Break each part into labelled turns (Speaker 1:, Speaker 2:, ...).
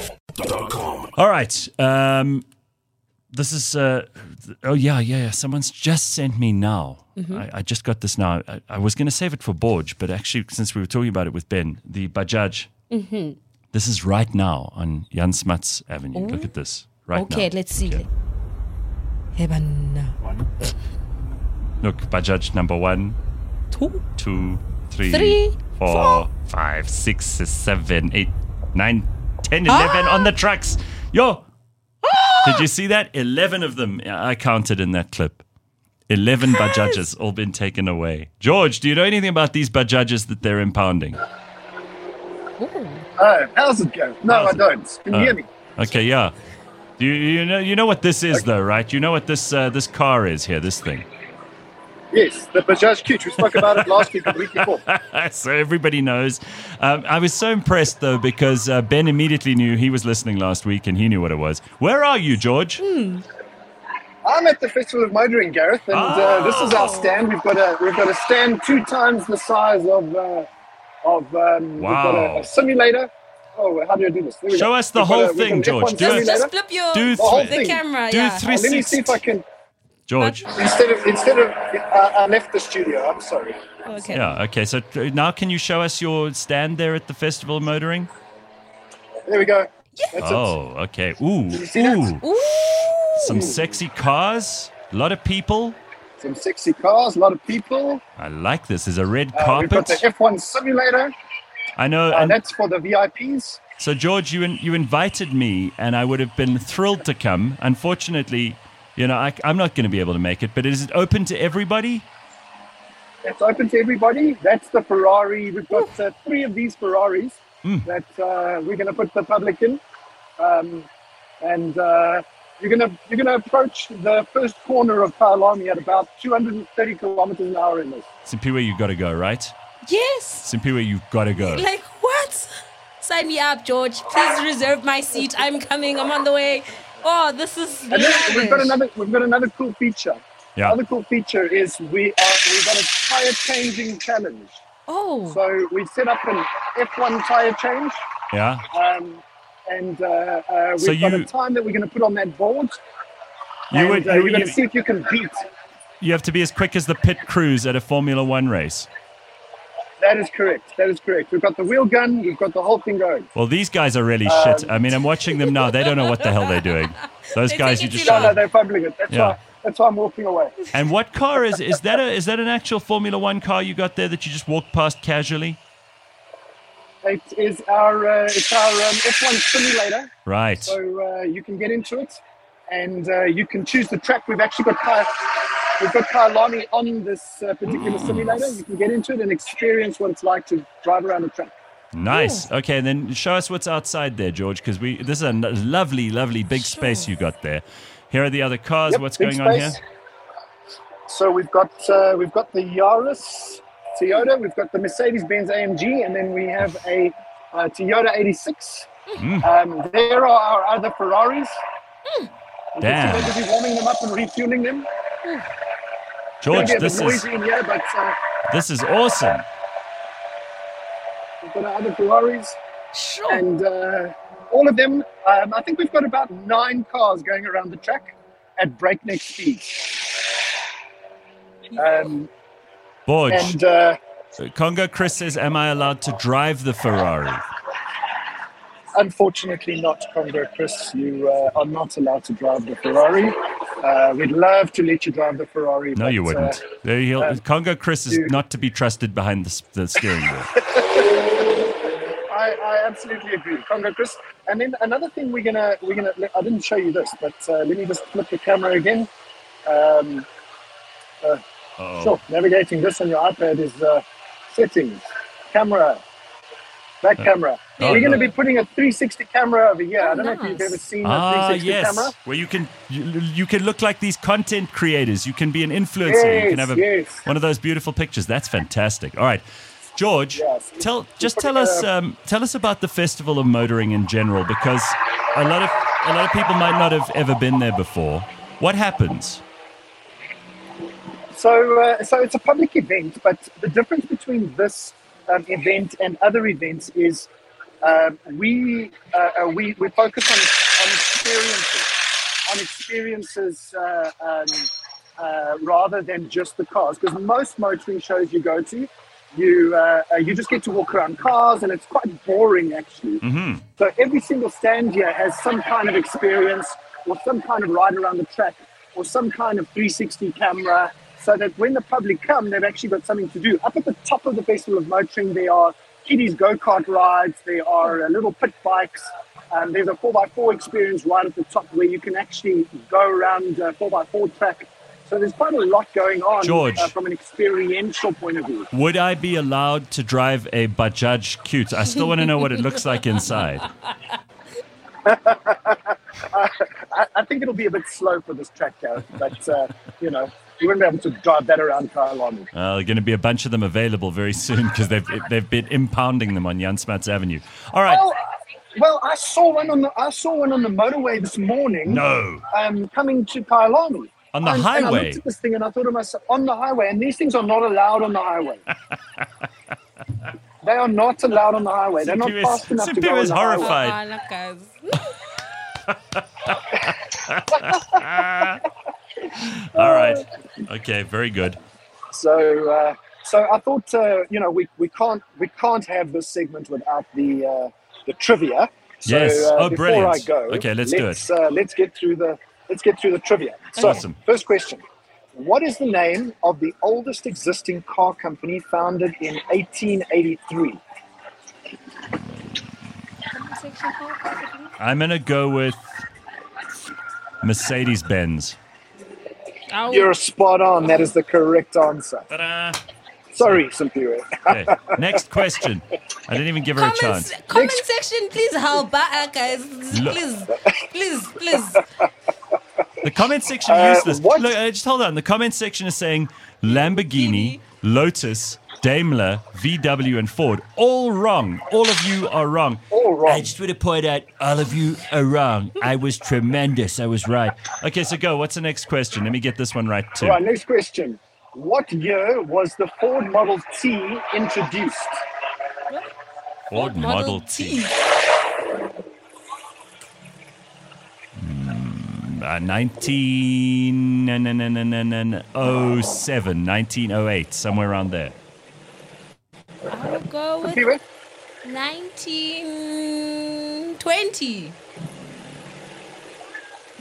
Speaker 1: CliffCentral.com.
Speaker 2: All right. Um, this is. Uh, th- oh yeah, yeah, yeah. Someone's just sent me now. I, I just got this now. I, I was going to save it for Borge, but actually, since we were talking about it with Ben, the Bajaj. This is right now on Jan Smuts Avenue. Look at this. Right now.
Speaker 3: Okay, let's see.
Speaker 2: Okay.
Speaker 3: Heaven.
Speaker 2: Look, Bajaj number one,
Speaker 3: Two.
Speaker 2: two, three,
Speaker 3: Three,
Speaker 2: four,
Speaker 3: four.
Speaker 2: five, six, seven, eight, nine, ten,
Speaker 3: Ah!
Speaker 2: eleven on the trucks. Yo, did you see that? Eleven of them I counted in that clip. Eleven Bajajas all been taken away. George, do you know anything about these Bajajas that they're impounding?
Speaker 4: Oh, how's it go? No, I
Speaker 2: How's it-
Speaker 4: don't. Can you
Speaker 2: Oh.
Speaker 4: hear me?
Speaker 2: Okay, yeah. Do you, you know you know what this is though, right? You know what this uh, this car is here, this thing.
Speaker 4: Yes, the Bajaj Q. We spoke about it last week and the week before.
Speaker 2: so everybody knows. Um, I was so impressed though because uh, Ben immediately knew he was listening last week and he knew what it was. Where are you, George?
Speaker 4: Hmm, I'm at the Festival of Motoring, Gareth, and uh, this is our stand. We've got a we've got a stand two times the size of uh, of um, we've got
Speaker 2: Wow.
Speaker 4: a, a simulator. Oh, how do I do this? There we
Speaker 2: Show
Speaker 4: go.
Speaker 2: us the
Speaker 4: We've got
Speaker 2: whole
Speaker 4: we've got
Speaker 2: thing,
Speaker 4: an
Speaker 2: George.
Speaker 4: F1
Speaker 2: Do it.
Speaker 4: simulator.
Speaker 3: Just flip your
Speaker 2: Do
Speaker 4: The whole
Speaker 3: the
Speaker 4: thing.
Speaker 3: camera.
Speaker 2: Do
Speaker 3: yeah.
Speaker 2: three-
Speaker 4: Let me see if I can.
Speaker 2: George.
Speaker 4: Instead of instead of uh, I left the studio. I'm sorry.
Speaker 3: Okay.
Speaker 2: Yeah. Okay. So uh, now, can you show us your stand there at the Festival of Motoring?
Speaker 4: There we go. That's it.
Speaker 2: Oh, okay. Ooh,
Speaker 4: see that?
Speaker 2: ooh,
Speaker 3: Ooh.
Speaker 2: some sexy cars. A lot of people.
Speaker 4: Some sexy cars, a lot of people.
Speaker 2: I like this. There's a red
Speaker 4: Uh, we've got
Speaker 2: carpet.
Speaker 4: the F1 simulator.
Speaker 2: I know.
Speaker 4: Uh,
Speaker 2: and-
Speaker 4: that's for the VIPs.
Speaker 2: So, George, you in, you invited me, and I would have been thrilled to come. Unfortunately, you know, I, am not going to be able to make it. But is it open to everybody?
Speaker 4: It's open to everybody. That's the Ferrari. We've got uh, three of these Ferraris
Speaker 2: Hmm.
Speaker 4: that uh, we're going to put the public in, um, and uh, you're going to you're going to approach the first corner of Palami at about 230 kilometers an hour in this.
Speaker 2: Simpiwe, you've got to go, right?
Speaker 3: Yes.
Speaker 2: Simpiwe, you've got to go.
Speaker 3: Like what? Sign me up, George. Please reserve my seat. I'm coming. I'm on the way. Oh, this is.
Speaker 4: And then we've got
Speaker 3: lavish.
Speaker 4: another we've got another cool feature.
Speaker 2: Yeah.
Speaker 4: Another cool feature is we are we've got a tire changing challenge.
Speaker 3: Oh.
Speaker 4: So we set up an F1 tire change.
Speaker 2: Yeah.
Speaker 4: Um, and uh, uh, we've
Speaker 2: So
Speaker 4: got
Speaker 2: you-
Speaker 4: a time that we're going to put on that board.
Speaker 2: You
Speaker 4: and,
Speaker 2: would.
Speaker 4: uh,
Speaker 2: you,
Speaker 4: you're going to see
Speaker 2: you,
Speaker 4: if you can beat.
Speaker 2: you have to be as quick as the pit crews at a Formula One race.
Speaker 4: That is correct. That is correct. We've got the wheel gun. We've got the whole thing going.
Speaker 2: Well, these guys are really shit. I mean, I'm watching them now. They don't know what the hell they're doing. Those
Speaker 3: They
Speaker 2: guys, you just
Speaker 3: think it's
Speaker 4: No, no,
Speaker 2: showed.
Speaker 4: they're fumbling it. That's
Speaker 2: Yeah.
Speaker 4: why. That's why I'm walking away.
Speaker 2: And what car is is that? A, is that an actual Formula One car you got there that you just walked past casually?
Speaker 4: It is our uh, it's our um, F1 simulator.
Speaker 2: Right.
Speaker 4: So uh, you can get into it, and uh, you can choose the track. We've actually got Kai, we've got Kailani on this uh, particular
Speaker 2: Mm.
Speaker 4: simulator. You can get into it and experience what it's like to drive around a track.
Speaker 2: Nice. Okay, then show us what's outside there, George, because we this is a n- lovely, lovely big space you got there. Here are the other cars.
Speaker 4: Yep,
Speaker 2: what's
Speaker 4: big
Speaker 2: going on here?
Speaker 4: space. So we've got uh, we've got the Yaris Toyota, we've got the Mercedes Benz AMG, and then we have a uh, Toyota 86.
Speaker 2: Mm.
Speaker 4: Um, there are our other Ferraris. You can see
Speaker 2: Damn.
Speaker 4: They're busy warming them up and refueling them.
Speaker 2: George,
Speaker 4: Gonna be a bit
Speaker 2: this is
Speaker 4: noisy in here, but uh,
Speaker 2: this is awesome.
Speaker 4: we've got our other Ferraris,
Speaker 3: Sure.
Speaker 4: and uh, all of them. Um, I think we've got about nine cars going around the track at breakneck speed. Um,
Speaker 2: Borge,
Speaker 4: and uh,
Speaker 2: Congo Chris says, "Am I allowed to drive the Ferrari?"
Speaker 4: Unfortunately, not Congo Chris. You uh, are not allowed to drive the Ferrari. Uh, we'd love to let you drive the Ferrari.
Speaker 2: No,
Speaker 4: but,
Speaker 2: you
Speaker 4: uh,
Speaker 2: wouldn't. There he'll- Congo Chris is
Speaker 4: dude.
Speaker 2: not to be trusted behind the, s- the steering wheel.
Speaker 4: I, I absolutely agree, Congo Chris. And then another thing we're gonna we're gonna I didn't show you this, but uh, let me just flip the camera again. Um,
Speaker 2: Oh,
Speaker 4: Sure, navigating this on your iPad is uh, settings, camera, back camera.
Speaker 2: oh,
Speaker 4: we're going
Speaker 2: no.
Speaker 4: to be putting a 360 camera over here. I don't know if you've
Speaker 3: nice.
Speaker 4: ever seen a
Speaker 2: Ah,
Speaker 4: 360
Speaker 2: yes.
Speaker 4: camera.
Speaker 2: Where you can you, you can look like these content creators. You can be an influencer. you can
Speaker 4: Yes,
Speaker 2: have a,
Speaker 4: yes.
Speaker 2: one of those beautiful pictures. That's fantastic. All right, George,
Speaker 4: Yes.
Speaker 2: tell just
Speaker 4: put
Speaker 2: tell
Speaker 4: it
Speaker 2: us
Speaker 4: up.
Speaker 2: um, tell us about the Festival of Motoring in general because a lot of a lot of people might not have ever been there before. What happens?
Speaker 4: So, uh, so it's a public event, but the difference between this um, event and other events is Um, we, uh, uh, we we focus on, on experiences, on experiences uh, um, uh, rather than just the cars. Because most motoring shows you go to, you uh, uh, you just get to walk around cars, and it's quite boring actually. So every single stand here has some kind of experience, or some kind of ride around the track, or some kind of 360 camera. So that when the public come, they've actually got something to do. Up at the top of the Festival of Motoring, there are kiddies go kart rides, there are uh, little pit bikes, um, there's a 4x4 experience right at the top where you can actually go around uh, a 4x4 track. So there's quite a lot going on
Speaker 2: George.
Speaker 4: uh, from an experiential point of view.
Speaker 2: Would I be allowed to drive a Bajaj Cute? I still want to know what it looks like inside.
Speaker 4: I, I think it'll be a bit slow for this track, Gareth, but uh, you know, you wouldn't be able to drive that around Kailani.
Speaker 2: Uh, going to be a bunch of them available very soon because they've they've been impounding them on Jan Smuts Avenue. All right.
Speaker 4: Well, I- well, I saw one on the I saw one on the motorway this morning.
Speaker 2: No.
Speaker 4: um, coming to Kailani.
Speaker 2: On the
Speaker 4: And- And I
Speaker 2: highway?
Speaker 4: looked at this thing and I thought to myself, on the highway, and these things are not allowed on the highway. they are not allowed on the highway. They're not
Speaker 2: Simpiwe is-
Speaker 4: fast enough to
Speaker 2: Simpiwe
Speaker 4: go on
Speaker 2: is
Speaker 4: the highway.
Speaker 2: horrified. Fine.
Speaker 3: Ah, look, guys.
Speaker 2: All right. Okay. Very good.
Speaker 4: So, uh, so I thought, uh, you know, we, we can't we can't have this segment without the uh, the trivia. So,
Speaker 2: Yes.
Speaker 4: Uh,
Speaker 2: Oh,
Speaker 4: before
Speaker 2: brilliant.
Speaker 4: I go,
Speaker 2: Okay, let's do
Speaker 4: let's, Uh, let's get through the let's get through the trivia. So,
Speaker 2: Awesome.
Speaker 4: first question: What is the name of the oldest existing car company founded in 1883?
Speaker 2: I'm going to go with Mercedes Benz.
Speaker 3: Ow.
Speaker 4: You're spot on. That is the correct answer.
Speaker 2: Ta-da.
Speaker 4: Sorry, Cynthia.
Speaker 2: Okay. Next question. I didn't even give her a
Speaker 3: Comment,
Speaker 2: chance.
Speaker 3: comment section, please help, ah, guys. Please, please, please.
Speaker 2: The comment section
Speaker 4: Uh,
Speaker 2: is useless.
Speaker 4: what?
Speaker 2: Look, uh, just hold on. The comment section is saying Lamborghini, Lotus, Daimler, VW, and Ford. All wrong. All of you are wrong.
Speaker 4: All wrong.
Speaker 2: I just want to point out, all of you are wrong. I was tremendous. I was right. Okay, so go. What's the next question? Let me get this one right too.
Speaker 4: Right, next question. What year was the Ford Model T introduced?
Speaker 2: Ford Model T. Uh, 19 no, no, no, no, no, no, no, 07, 1908, oh, somewhere around there.
Speaker 3: I'll go with
Speaker 4: Cynthia?
Speaker 3: 1920.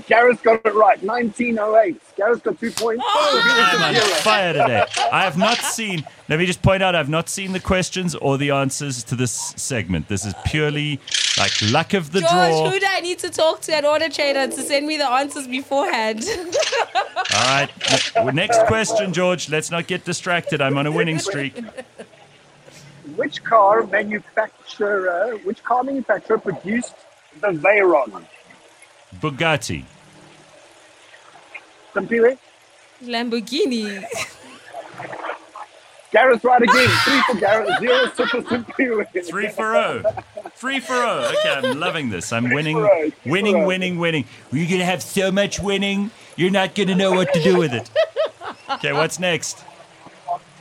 Speaker 4: Gareth got it right. 1908. Gareth got two points.
Speaker 2: Oh, I'm on
Speaker 4: Zero.
Speaker 2: fire today. I have not seen. Let me just point out, I've not seen the questions or the answers to this segment. This is purely like luck of the draw.
Speaker 3: George, who do I need to talk to at Auto Trader to send me the answers beforehand?
Speaker 2: All right, n- next question, George. Let's not get distracted. I'm on a winning streak.
Speaker 4: Which car manufacturer? Which car manufacturer produced the Veyron?
Speaker 2: Bugatti.
Speaker 4: Cynthia?
Speaker 3: Lamborghini.
Speaker 4: Gareth right again. Three for Gareth. Zero for Cynthia.
Speaker 2: Three for O. Three for O. Okay, I'm loving this. I'm winning,
Speaker 4: for O, three for oh.
Speaker 2: winning,
Speaker 4: O.
Speaker 2: winning, winning. You're going to have so much winning, you're not going to know what to do with it. Okay, what's next?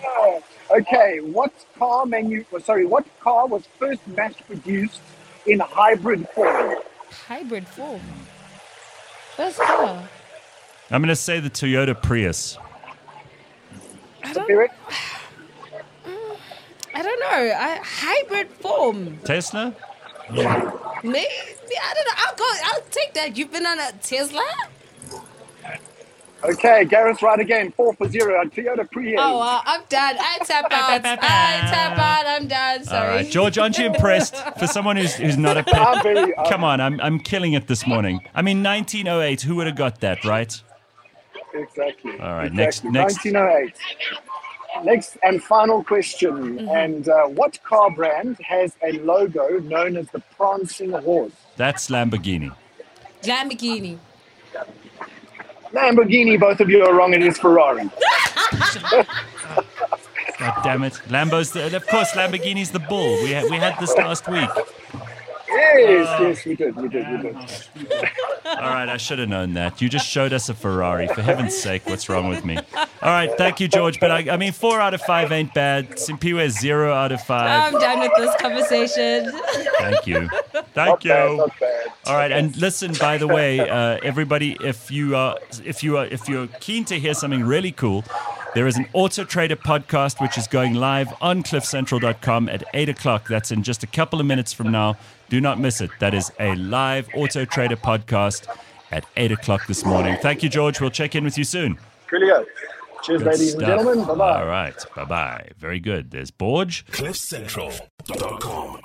Speaker 4: Oh, Okay, what car manu- oh, sorry, what car was first mass produced in hybrid form?
Speaker 3: Hybrid form. First car.
Speaker 2: I'm going to say the Toyota Prius.
Speaker 3: I don't,
Speaker 4: Spirit?
Speaker 3: I don't know. I, hybrid form.
Speaker 2: Tesla?
Speaker 3: Maybe I don't know. I'll go. I'll take that. You've been on a Tesla. Oh,
Speaker 4: Okay, Gareth's right again. Four for zero. And Toyota Prius.
Speaker 3: Oh, well, I'm done. I tap out. I tap out. I'm done. Sorry.
Speaker 2: All right, George, aren't you impressed for someone who's who's not a pet?
Speaker 4: I'm very. I'm-
Speaker 2: Come on, I'm I'm killing it this morning. I mean, 1908. Who would have got that, right?
Speaker 4: Exactly.
Speaker 2: All right, next-
Speaker 4: exactly.
Speaker 2: next.
Speaker 4: 1908. Next and final question. And uh, what car brand has a logo known as the prancing horse?
Speaker 2: That's Lamborghini.
Speaker 3: Lamborghini.
Speaker 4: Lamborghini. Both of you are wrong. It is Ferrari.
Speaker 2: God damn it, Lambo's the, of course Lamborghini's the bull. We had, we had this last week.
Speaker 4: Yes, yes, we did, we did, we did.
Speaker 2: All right, I should have known that. You just showed us a Ferrari. For heaven's sake, what's wrong with me? All right, thank you, George. But I, I mean, four out of five ain't bad. Simpiwe, zero out of five.
Speaker 3: I'm done with this conversation.
Speaker 2: Thank you. Thank
Speaker 4: Not bad,
Speaker 2: you.
Speaker 4: not bad.
Speaker 2: All right, and listen. By the way, uh, everybody, if you are if you are if you're keen to hear something really cool, there is an Auto Trader podcast which is going live on CliffCentral.com at eight o'clock. That's in just a couple of minutes from now. Do not miss it. That is a live Auto Trader podcast at eight o'clock this morning. Thank you, George. We'll check in with you soon.
Speaker 4: Brilliant. Cheers,
Speaker 2: Good
Speaker 4: ladies and
Speaker 2: stuff.
Speaker 4: gentlemen. Bye bye.
Speaker 2: All right, bye bye. Very good. There's Borge.
Speaker 1: CliffCentral.com.